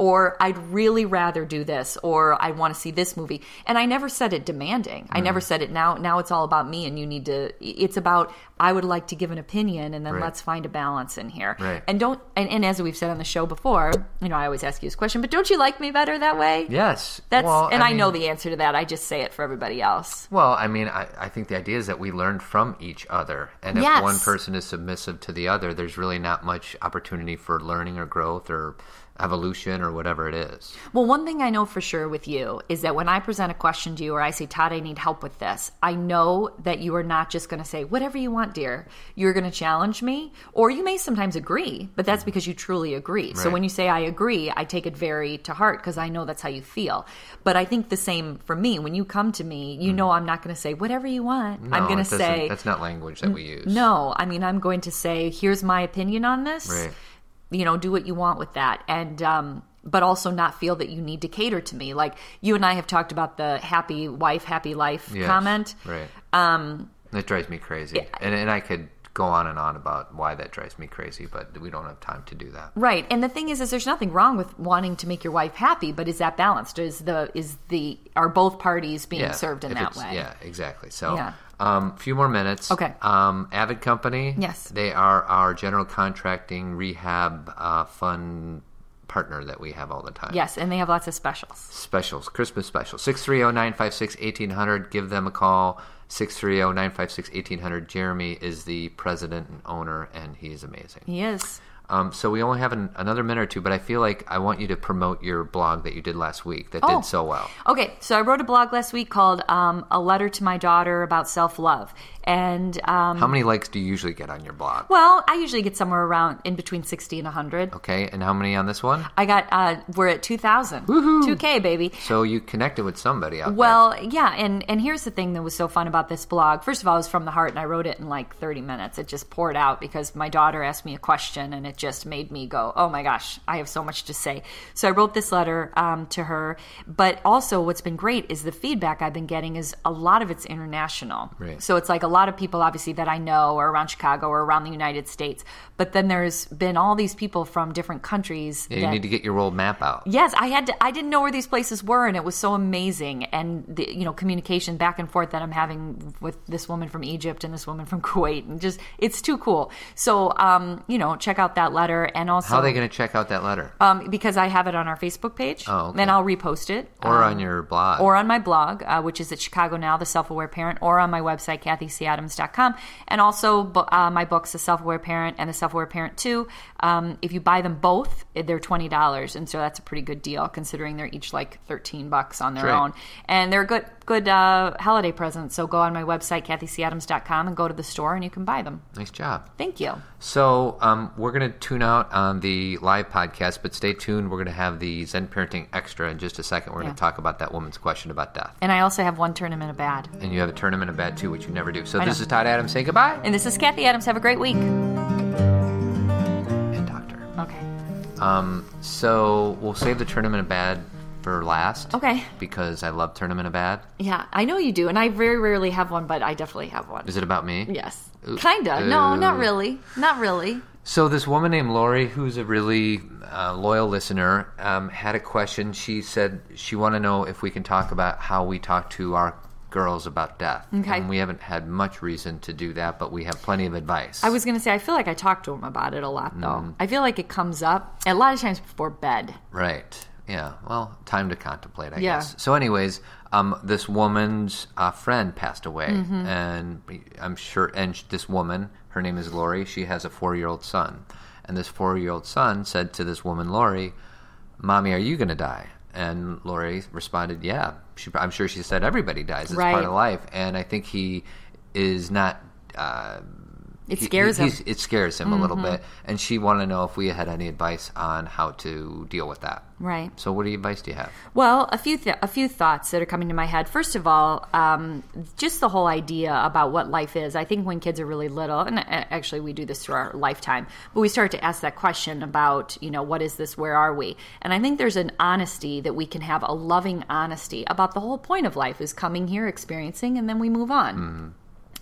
S2: or I'd really rather do this, or I want to see this movie. And I never said it demanding. I never said it now. Now it's all about me, and you need to. It's about I would like to give an opinion, and then
S1: Right.
S2: let's find a balance in here.
S1: Right.
S2: And don't. And, and as we've said on the show before, you know, I always ask you this question, but don't you like me better that way?
S1: Yes.
S2: That's
S1: Well,
S2: and I, know
S1: mean-
S2: the answer to that. I just say it for everybody else.
S1: Well, I mean, I, I think the idea is that we learn from each other. And if
S2: Yes.
S1: one person is submissive to the other, there's really not much opportunity for learning or growth or evolution or whatever it is.
S2: Well, one thing I know for sure with you is that when I present a question to you or I say, Todd, I need help with this, I know that you are not just going to say, whatever you want, dear. You're going to challenge me, or you may sometimes agree, but that's because you truly agree. So
S1: Mm-hmm. Right.
S2: when you say, I agree, I take it very to heart because I know that's how you feel. But I think the same for me. When you come to me, you know I'm not going to say, whatever you want.
S1: Mm-hmm. No,
S2: I'm going to
S1: it doesn't-
S2: say,
S1: that's not language that we use.
S2: no, I mean, I'm going to say, here's my opinion on this.
S1: Right.
S2: You know, do what you want with that. And, um, but also not feel that you need to cater to me. Like you and I have talked about the happy wife, happy life
S1: Yes,
S2: comment.
S1: Right. Um, that drives me crazy, and and I could go on and on about why that drives me crazy, but we don't have time to do that.
S2: Right. And the thing is, is there's nothing wrong with wanting to make your wife happy, but is that balanced? Is the, is the, are both parties being served in
S1: if
S2: that
S1: it's-
S2: way?
S1: Yeah, exactly. So,
S2: Yeah.
S1: um, few more minutes.
S2: Okay.
S1: Um, Avid Company.
S2: Yes.
S1: They are our general contracting rehab uh, fund partner that we have all the time.
S2: Yes. And they have lots of specials.
S1: Specials, Christmas specials. oh, 630-956-1800. Give them a call. oh, 630-956-1800. Jeremy is the president and owner, and he is amazing.
S2: He is.
S1: Um, so we only have an, another minute or two, but I feel like I want you to promote your blog that you did last week that
S2: Oh.
S1: did so well.
S2: Okay, so I wrote a blog last week called um, "A Letter to My Daughter" about self-love, and um,
S1: How many likes do you usually get on your blog?
S2: Well, I usually get somewhere around in between 60 and 100.
S1: Okay, and how many on this one?
S2: I got, uh, we're at 2,000. 2K, baby.
S1: So you connected with somebody out
S2: Well, yeah, and and here's the thing that was so fun about this blog. First of all, it was from the heart, and I wrote it in like 30 minutes. It just poured out because my daughter asked me a question, and it just made me go, "Oh my gosh, I have so much to say." So I wrote this letter um, to her. But also, what's been great is the feedback I've been getting is a lot of it's international.
S1: Right.
S2: So it's like a lot of people, obviously, that I know are around Chicago or around the United States. But then there's been all these people from different countries.
S1: there. Yeah, you
S2: that-
S1: need to get your old map out.
S2: Yes, I had to, I didn't know where these places were, and it was so amazing. And the you know communication back and forth that I'm having with this woman from Egypt and this woman from Kuwait, and just it's too cool. So um, you know, check out that letter, and also
S1: How are they going to check out that letter
S2: um, because I have it on our Facebook page,
S1: Oh, okay.
S2: and I'll repost it
S1: or on your blog?
S2: or on my blog, uh, which is at Chicago Now, The Self Aware Parent, or on my website, kathycadams.com. And also bu- uh, my books, The Self Aware Parent and The Self Aware Parent 2. Um, if you buy them both, eh, they're $20. And so that's a pretty good deal considering they're each like 13 bucks on their
S1: Great.
S2: own. And they're a good, good uh, holiday presents. So go on my website, kathycadams.com, and go to the store and you can buy them.
S1: nice job.
S2: Thank you.
S1: So um, we're going to tune out on the live podcast, but stay tuned. We're going to have the Zen Parenting Extra in just a second. We're going
S2: Yeah.
S1: to talk about that woman's question about death.
S2: And I also have one tournament of bad.
S1: And you have a tournament of bad too, which you never do. So
S2: I
S1: this
S2: know.
S1: is Todd Adams. Say goodbye.
S2: And this is Kathy Adams. Have a great week.
S1: Um, so we'll save the tournament of bad for last.
S2: Okay.
S1: Because I love tournament of bad.
S2: Yeah, I know you do, and I very rarely have one, but I definitely have one.
S1: Is it about me?
S2: Yes. Kinda. No, not really. Not really.
S1: So this woman named Lori, who's a really uh, loyal listener, um, had a question. She said she want to know if we can talk about how we talk to our girls about death.
S2: Okay.
S1: And we haven't had much reason to do that, but we have plenty of advice.
S2: I was gonna say I feel like I talk to them about it a lot though. I feel like it comes up a lot of times before bed.
S1: Right. Yeah. Well, time to contemplate, I
S2: Yeah.
S1: guess. So, anyways, um, this woman's uh, friend passed away,
S2: Mm-hmm.
S1: and I'm sure. And sh- this woman, her name is Lori. She has a four-year-old son, and this four-year-old son said to this woman, Lori, "Mommy, are you going to die?" And Lori responded, "Yeah." She, I'm sure she said everybody dies. It's part
S2: Right.
S1: of life, and I think he is not. Uh,
S2: It
S1: he-
S2: scares
S1: he-
S2: them.
S1: he's- It scares him a little
S2: Mm-hmm.
S1: bit, and she wanted to know if we had any advice on how to deal with that.
S2: Right.
S1: So, what advice do you have?
S2: Well, a few th- a few thoughts that are coming to my head. First of all, um, just the whole idea about what life is. I think when kids are really little, and uh, actually we do this through our lifetime, but we start to ask that question about you know what is this? Where are we? And I think there's an honesty that we can have, a loving honesty about the whole point of life is coming here, experiencing, and then we move on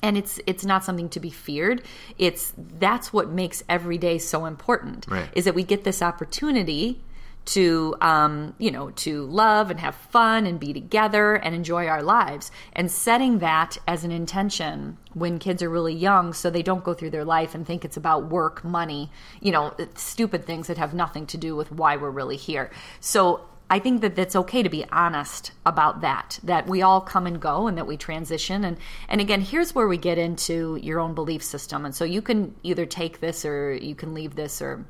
S2: and it's it's not something to be feared it's that's what makes every day so important
S1: Right.
S2: is that we get this opportunity to um, you know to love and have fun and be together and enjoy our lives and setting that as an intention when kids are really young so they don't go through their life and think it's about work money you know stupid things that have nothing to do with why we're really here so I think that that's okay to be honest about that, that we all come and go and that we transition. And, and again, here's where we get into your own belief system. And so you can either take this or you can leave this or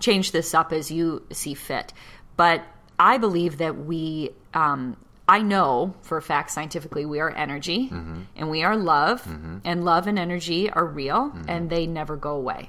S2: change this up as you see fit. But I believe that we, um, I know for a fact scientifically, we are energy
S1: Mm-hmm.
S2: and we are love, and love and energy are real
S1: Mm-hmm.
S2: and they never go away.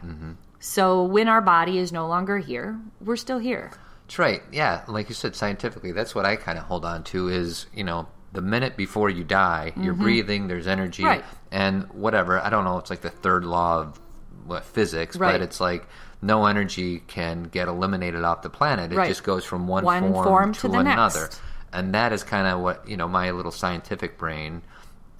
S2: So when our body is no longer here, we're still here.
S1: That's right. Yeah, like you said, scientifically, that's what I kind of hold on to is you know the minute before you die, you're breathing. There's energy
S2: Mm-hmm. Right.
S1: and whatever. I don't know. It's like the third law of what physics, but
S2: Right.
S1: it's like no energy can get eliminated off the planet. It
S2: Right.
S1: just goes from one,
S2: One form to the
S1: another.
S2: next.
S1: And that is kind of what you know my little scientific brain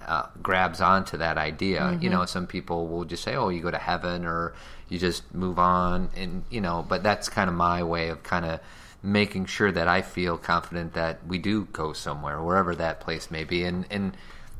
S1: uh, grabs onto that idea.
S2: Mm-hmm.
S1: You know, some people will just say, "Oh, you go to heaven," or "You just move on," and you know. But that's kind of my way of kind of making sure that I feel confident that we do go somewhere, wherever that place may be. And and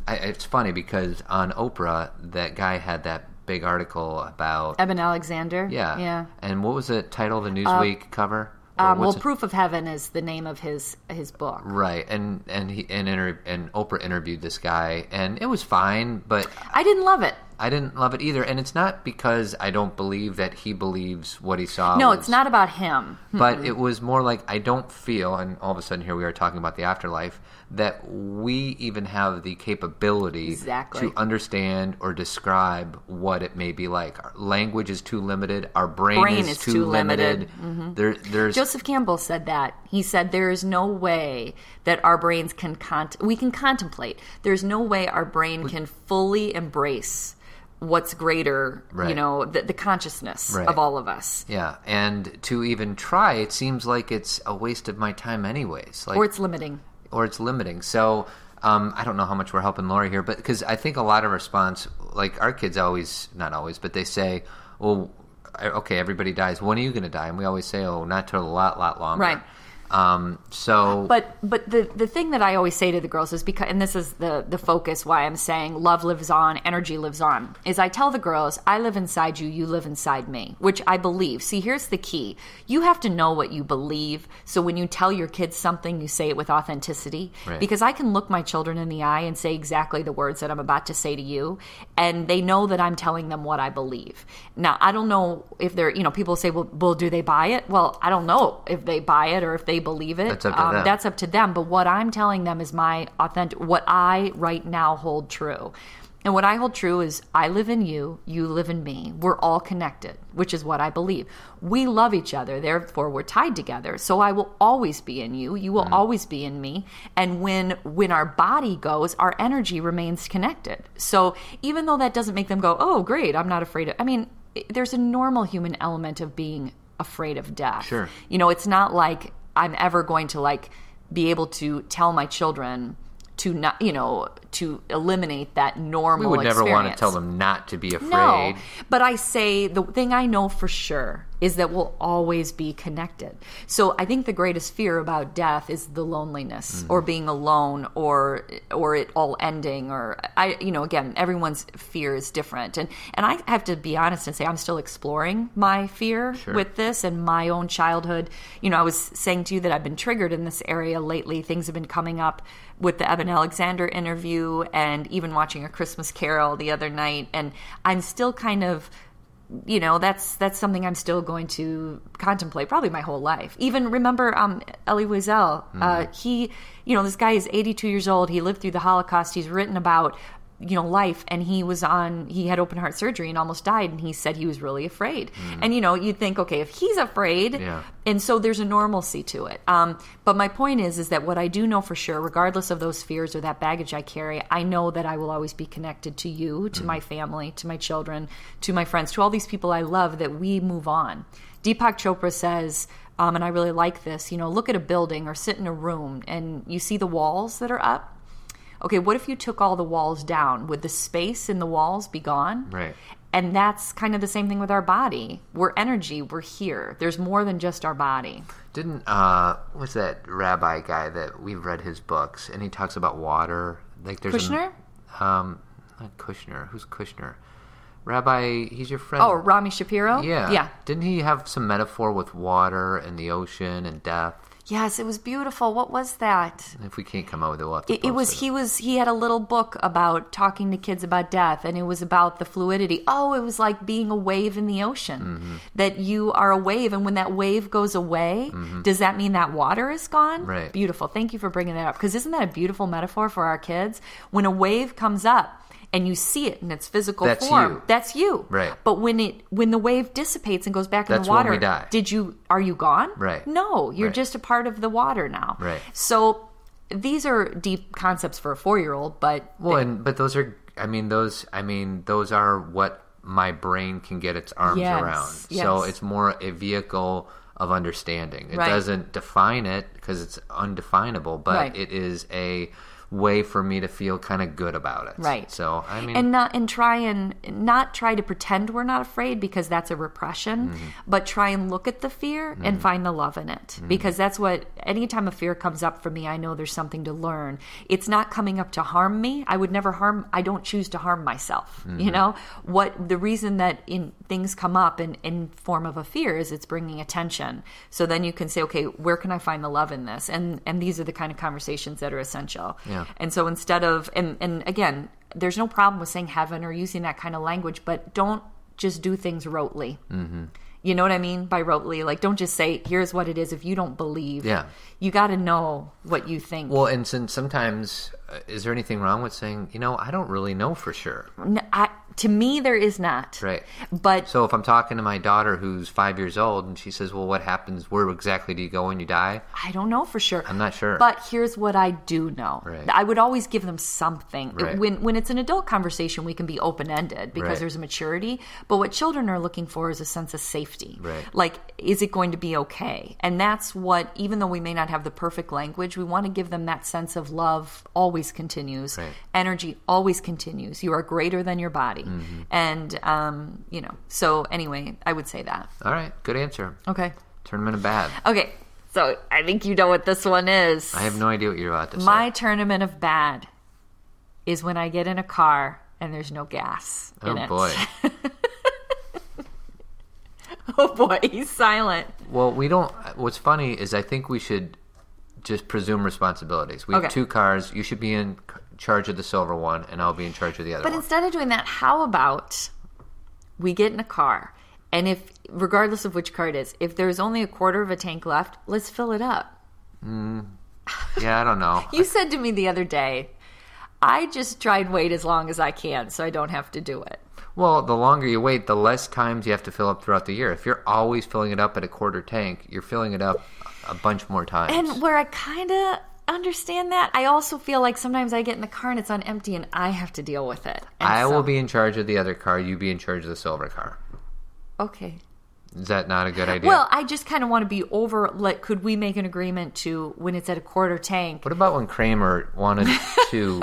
S1: I, it's funny because on Oprah, that guy had that big article about
S2: Eben Alexander.
S1: yeah,
S2: yeah. Uh,
S1: And what was the title of the Newsweek cover? Or
S2: Um, well,
S1: what's it-
S2: Proof of Heaven is the name of his his book.
S1: Right, and and he and inter- and Oprah interviewed this guy, and it was fine, but
S2: I didn't love it.
S1: I didn't love it either. And it's not because I don't believe that he believes what he saw.
S2: No,
S1: was-
S2: it's not about him.
S1: But it was more like I don't feel, and all of a sudden here we are talking about the afterlife, that we even have the capability
S2: Exactly.
S1: to understand or describe what it may be like. Our language is too limited. Our brain,
S2: Brain
S1: is, too, limited.
S2: Mm-hmm.
S1: There, there's
S2: Joseph Campbell said that. He said there is no way that our brains can cont- we can contemplate. There's no way our brain can fully embrace what's greater, you
S1: Right.
S2: know, the, the consciousness
S1: Right.
S2: of all of us.
S1: yeah, and to even try, it seems like it's a waste of my time, anyways. Like
S2: Or it's limiting.
S1: or it's limiting. So um, I don't know how much we're helping Lori here, but because I think a lot of response, like our kids always, not always, but they say, "Well, I- okay, everybody dies. When are you going to die?" And we always say, "Oh, not till a lot, lot longer."
S2: Right.
S1: Um, so
S2: But but the the thing that I always say to the girls is because and this is the the focus why I'm saying love lives on, energy lives on. Is I tell the girls, I live inside you, you live inside me, which I believe. See, here's the key. You have to know what you believe. So when you tell your kids something, you say it with authenticity
S1: Right.
S2: because I can look my children in the eye and say exactly the words that I'm about to say to you and they know that I'm telling them what I believe. Now, I don't know if they're, you know, people say, "Well, well do they buy it?" Well, I don't know if they buy it or if they believe it.
S1: That's
S2: Um,
S1: up to them.
S2: That's up to them. But what I'm telling them is my authentic, what I right now hold true. And what I hold true is I live in you, you live in me. We're all connected, which is what I believe. We love each other, therefore we're tied together. So I will always be in you, you will always be in me. And when when our body goes, our energy remains connected. So even though that doesn't make them go, "Oh, great, I'm not afraid of." I mean, there's a normal human element of being afraid of death.
S1: Sure.
S2: You know, it's not like I'm ever going to like be able to tell my children to not, you know, to eliminate that
S1: We
S2: normal.
S1: would never want to
S2: experience.
S1: tell them not to be afraid.
S2: No, but I say the thing I know for sure is that we'll always be connected. So I think the greatest fear about death is the loneliness
S1: Mm.
S2: or being alone or or it all ending or I you know again everyone's fear is different and and I have to be honest and say I'm still exploring my fear with this and my own childhood. You know I was saying to you that I've been triggered in this area lately. Things have been coming up with the Eben Alexander interview and even watching a Christmas Carol the other night and I'm still kind of you know that's that's something I'm still going to contemplate probably my whole life. Even remember um, Elie Wiesel, uh, he you know this guy is 82 years old. He lived through the Holocaust. He's written about you know life, and he was on he had open heart surgery and almost died. And he said he was really afraid. And you know you'd think okay if he's afraid,
S1: Yeah.
S2: and so there's a normalcy to it. Um, but my point is is that what I do know for sure, regardless of those fears or that baggage I carry, I know that I will always be connected to you, to my family, to my children, to my friends, to all these people I love. That we move on. Deepak Chopra says. Um, and I really like this. You know, look at a building or sit in a room and you see the walls that are up. Okay, what if you took all the walls down? Would the space in the walls be gone?
S1: Right.
S2: And that's kind of the same thing with our body. We're energy, we're here. There's more than just our body.
S1: Didn't uh, what's that rabbi guy that we've read his books and he talks about water? Like there's
S2: Kushner?
S1: A, um, not Kushner. Who's Kushner? Rabbi, he's your friend.
S2: Oh, Rami Shapiro?
S1: yeah,
S2: Yeah.
S1: Didn't he have some metaphor with water and the ocean and death?
S2: Yes, it was beautiful. What was that?
S1: If we can't come up with it, we'll have to
S2: It, it
S1: post
S2: was he was he had a little book about talking to kids about death and it was about the fluidity. Oh, it was like being a wave in the ocean.
S1: Mm-hmm.
S2: That you are a wave and when that wave goes away, does that mean that water is gone?
S1: Mm-hmm. Right.
S2: Beautiful. Thank you for bringing that up because isn't that a beautiful metaphor for our kids? When a wave comes up and you see it in its physical
S1: That's
S2: form,
S1: you.
S2: that's you.
S1: Right.
S2: But when it when the wave dissipates and goes back in
S1: That's
S2: the
S1: when
S2: water,
S1: we die.
S2: did you are you gone?
S1: Right.
S2: No, you're
S1: Right.
S2: just a part of the water now.
S1: Right.
S2: So these are deep concepts for a four year old, but
S1: Well, and but those are, I mean, those, I mean, those are what my brain can get its arms
S2: Yes,
S1: around. So
S2: yes.
S1: it's more a vehicle of understanding. It
S2: Right.
S1: doesn't define it because it's undefinable, but
S2: Right.
S1: it is a way for me to feel kind of good about it.
S2: Right.
S1: So I mean,
S2: and not and try and not try to pretend we're not afraid because that's a repression, but try and look at the fear and find the love in it because that's what anytime a fear comes up for me, I know there's something to learn. It's not coming up to harm me. I would never harm. I don't choose to harm myself. You know what? The reason that in things come up in in form of a fear is it's bringing attention. So then you can say, okay, where can I find the love in this? And and these are the kind of conversations that are essential.
S1: Yeah.
S2: And so instead of and and again, there's no problem with saying heaven or using that kind of language, but don't just do things rotely. Mm-hmm. You know what I mean by rotely? Like, don't just say here's what it is if you don't believe.
S1: Yeah.
S2: You got to know what you think.
S1: well, and since sometimes, uh, is there anything wrong with saying, you know, I don't really know for sure.
S2: N- I- to me, there is not.
S1: Right.
S2: But
S1: So if I'm talking to my daughter who's five years old and she says, well, what happens? Where exactly do you go when you die?
S2: I don't know for sure.
S1: I'm not sure.
S2: But here's what I do know.
S1: Right.
S2: I would always give them something.
S1: Right.
S2: When when it's an adult conversation, we can be open ended because
S1: Right.
S2: there's a maturity. But what children are looking for is a sense of safety.
S1: Right.
S2: Like, is it going to be okay? And that's what, even though we may not have the perfect language, we want to give them that sense of love always continues.
S1: Right.
S2: Energy always continues. You are greater than your body.
S1: Mm-hmm.
S2: And um, you know, so anyway, I would say that.
S1: All right. Good answer.
S2: Okay.
S1: Tournament of bad.
S2: Okay. So I think you know what this one is.
S1: I have no idea what you're about to
S2: My
S1: say.
S2: tournament of bad is when I get in a car and there's no gas in
S1: Oh
S2: it.
S1: boy.
S2: oh boy, he's silent.
S1: well, we don't. What's funny is I think we should just presume responsibilities. We
S2: Okay.
S1: have two cars. You should be in c- charge of the silver one, and I'll be in charge of the other
S2: But
S1: one.
S2: instead of doing that, how about we get in a car and if regardless of which car it is, if there's only a quarter of a tank left, let's fill it up.
S1: Yeah, I don't know.
S2: You said to me the other day, I just try and wait as long as I can so I don't have to do it.
S1: Well, the longer you wait, the less times you have to fill up throughout the year. If you're always filling it up at a quarter tank, you're filling it up a bunch more times.
S2: And where I kind of understand that, I also feel like sometimes I get in the car and it's on empty and I have to deal with it. And
S1: I
S2: so-
S1: will be in charge of the other car. You be in charge of the silver car.
S2: Okay.
S1: Is that not a good idea?
S2: Well, I just kind of want to be over. Like, could we make an agreement to when it's at a quarter tank?
S1: what about when Kramer wanted to?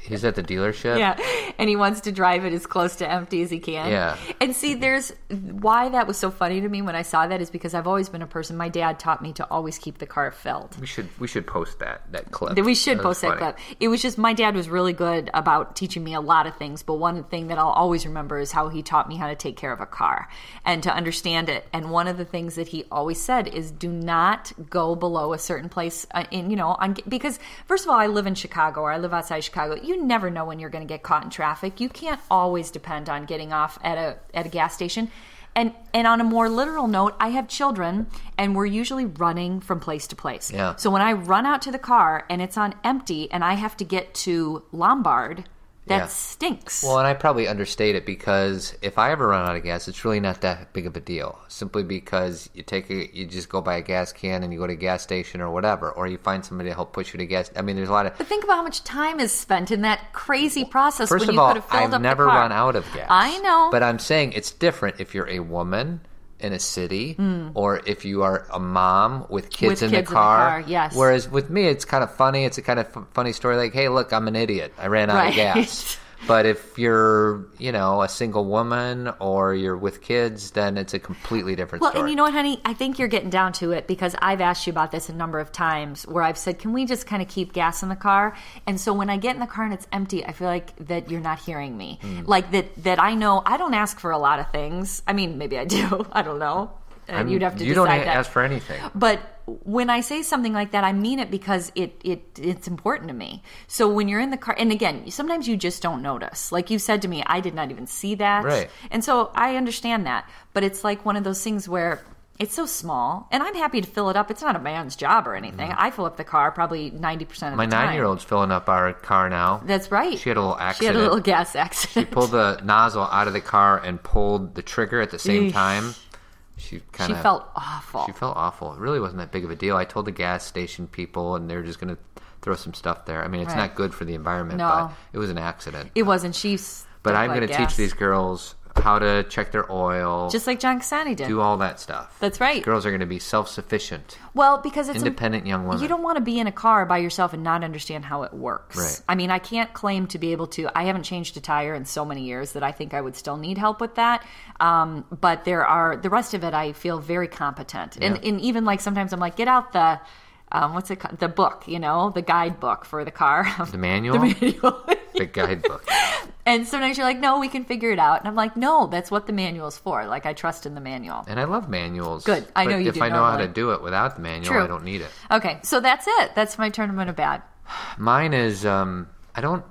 S1: he's at the dealership.
S2: Yeah, and he wants to drive it as close to empty as he can.
S1: Yeah.
S2: and see, there's why that was so funny to me when I saw that is because I've always been a person. My dad taught me to always keep the car filled.
S1: We should we should post that that clip.
S2: That We should
S1: That was
S2: post that
S1: funny.
S2: clip. It was just my dad was really good about teaching me a lot of things, but one thing that I'll always remember is how he taught me how to take care of a car and to understand it. And one of the things that he always said is do not go below a certain place uh, in you know on because first of all, I live in Chicago or I live outside Chicago. You never know when you're going to get caught in traffic. You can't always depend on getting off at a at a gas station. And, and on a more literal note, I have children, and we're usually running from place to place.
S1: Yeah.
S2: So when I run out to the car and it's on empty and I have to get to Lombard, that
S1: Yeah.
S2: stinks.
S1: Well, and I probably understate it because if I ever run out of gas, it's really not that big of a deal. Simply because you take a, you just go buy a gas can and you go to a gas station or whatever, or you find somebody to help push you to gas. I mean, there's a lot of.
S2: but think about how much time is spent in that crazy process
S1: First
S2: when
S1: of
S2: you
S1: all,
S2: could have filled
S1: I've
S2: up
S1: never
S2: the car.
S1: run out of gas.
S2: I know.
S1: but I'm saying it's different if you're a woman in a city or if you are a mom with kids,
S2: Hmm.
S1: in,
S2: With kids
S1: the
S2: in the
S1: car.
S2: car, yes.
S1: Whereas with me, it's kind of funny. It's a kind of f- funny story. Like, hey, look, I'm an idiot. I ran out of
S2: Right.
S1: gas. But if you're, you know, a single woman or you're with kids, then it's a completely different
S2: Well,
S1: story.
S2: and you know what, honey? I think you're getting down to it because I've asked you about this a number of times where I've said, can we just kind of keep gas in the car? And so when I get in the car and it's empty, I feel like that you're not hearing me.
S1: Hmm.
S2: Like that, that I know I don't ask for a lot of things. I mean, maybe I do. I don't know. And
S1: I'm-
S2: you'd have to
S1: you
S2: decide
S1: don't a-
S2: that.
S1: ask for anything.
S2: But when I say something like that, I mean it because it, it it's important to me. So when you're in the car, and again, sometimes you just don't notice. Like you said to me, I did not even see that.
S1: Right.
S2: And so I understand that. But it's like one of those things where it's so small, and I'm happy to fill it up. It's not a man's job or anything. I fill up the car probably 90% of the time.
S1: My nine year old's filling up our car now.
S2: That's right.
S1: She had a little accident.
S2: She had a little gas accident.
S1: pulled the nozzle out of the car and pulled the trigger at the same
S2: Eesh.
S1: time. She kind
S2: she
S1: of
S2: felt awful.
S1: She felt awful. It really wasn't that big of a deal. I told the gas station people, and they're just going to throw some stuff there. I mean, it's
S2: Right.
S1: not good for the environment,
S2: No.
S1: but it was an accident.
S2: it wasn't. She's.
S1: but I'm going to teach these girls how to check their oil,
S2: Just like John Cassani did.
S1: do all that stuff.
S2: That's right.
S1: Girls are going to be self sufficient,
S2: Well, because it's im-
S1: independent young women.
S2: You don't want to be in a car by yourself and not understand how it works.
S1: Right.
S2: I mean, I can't claim to be able to. I haven't changed a tire in so many years that I think I would still need help with that. Um, but there are the rest of it. I feel very competent, and, and even like sometimes I'm like, get out the. Um, what's it called? The book, you know, the guidebook for the car.
S1: the manual, the guidebook.
S2: and sometimes you're like, no, we can figure it out. And I'm like, no, that's what the manual's for. Like, I trust in the manual.
S1: And I love manuals.
S2: Good. I
S1: but
S2: know you
S1: If
S2: do
S1: I know how
S2: normally.
S1: to do it without the manual,
S2: True.
S1: I don't need it.
S2: Okay, so that's it. That's my tournament of bad.
S1: Mine is um, I don't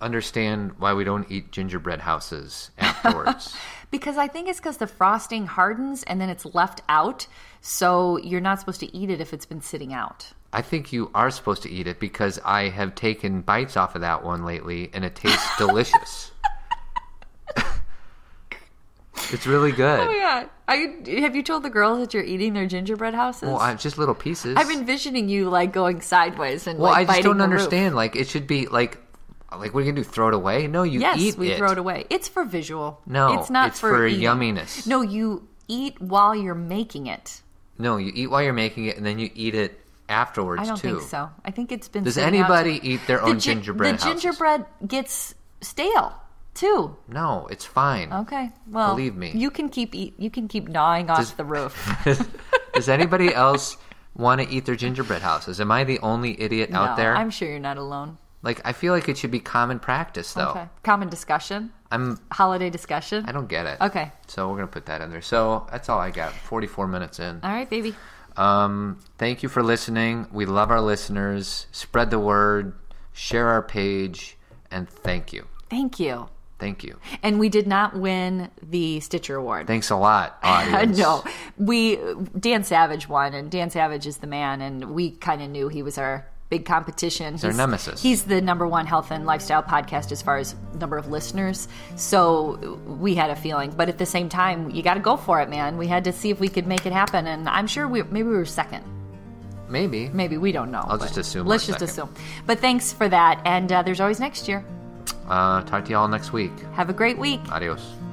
S1: understand why we don't eat gingerbread houses afterwards.
S2: Because I think it's because the frosting hardens and then it's left out. So you're not supposed to eat it if it's been sitting out.
S1: I think you are supposed to eat it because I have taken bites off of that one lately and it tastes delicious. it's really good.
S2: Yeah. Are you, have you told the girls that you're eating their gingerbread houses?
S1: Well, I, just little pieces.
S2: am envisioning you like going sideways and
S1: well,
S2: like
S1: I just
S2: biting
S1: don't
S2: the roof.
S1: understand. Like it should be like like what are you gonna do? Throw it away? No, you
S2: Yes,
S1: eat
S2: we
S1: it.
S2: throw it away. It's for visual.
S1: No,
S2: it's not
S1: it's for
S2: eating.
S1: yumminess.
S2: No, you eat while you're making it.
S1: No, you eat while you're making it and then you eat it afterwards
S2: I don't
S1: too.
S2: think so. I think it's been.
S1: Does
S2: sitting out-
S1: anybody eat their own
S2: the gin-
S1: gingerbread
S2: The
S1: houses?
S2: gingerbread gets stale too.
S1: No, it's fine.
S2: Okay. Well,
S1: Believe me.
S2: you can keep eat, you can keep gnawing off the roof.
S1: Does anybody else want to eat their gingerbread houses? Am I the only idiot out
S2: No,
S1: there?
S2: I'm sure you're not alone.
S1: Like, I feel like it should be common practice, though.
S2: Okay. Common discussion,
S1: I'm-
S2: holiday discussion.
S1: Oh. I don't get it.
S2: Okay.
S1: So we're gonna put that in there. So that's all I got. Forty-four minutes in.
S2: All right, baby.
S1: Um, thank you for listening. We love our listeners. Spread the word. Share our page. And thank you.
S2: Thank you.
S1: Thank you.
S2: And we did not win the Stitcher Award.
S1: Thanks a lot, audience.
S2: no, we Dan Savage won, and Dan Savage is the man, and we kind of knew he was our big competition. He's
S1: our nemesis.
S2: He's the number one health and lifestyle podcast as far as number of listeners. So we had a feeling, but at the same time, you got to go for it, man. We had to see if we could make it happen, and I'm sure we maybe we were second.
S1: Maybe.
S2: Maybe we don't know.
S1: I'll
S2: but
S1: just assume
S2: Let's
S1: we're
S2: just
S1: second.
S2: assume. But thanks for that, and uh, there's always next year.
S1: Uh, talk to y'all next week.
S2: Have a great week.
S1: Adios.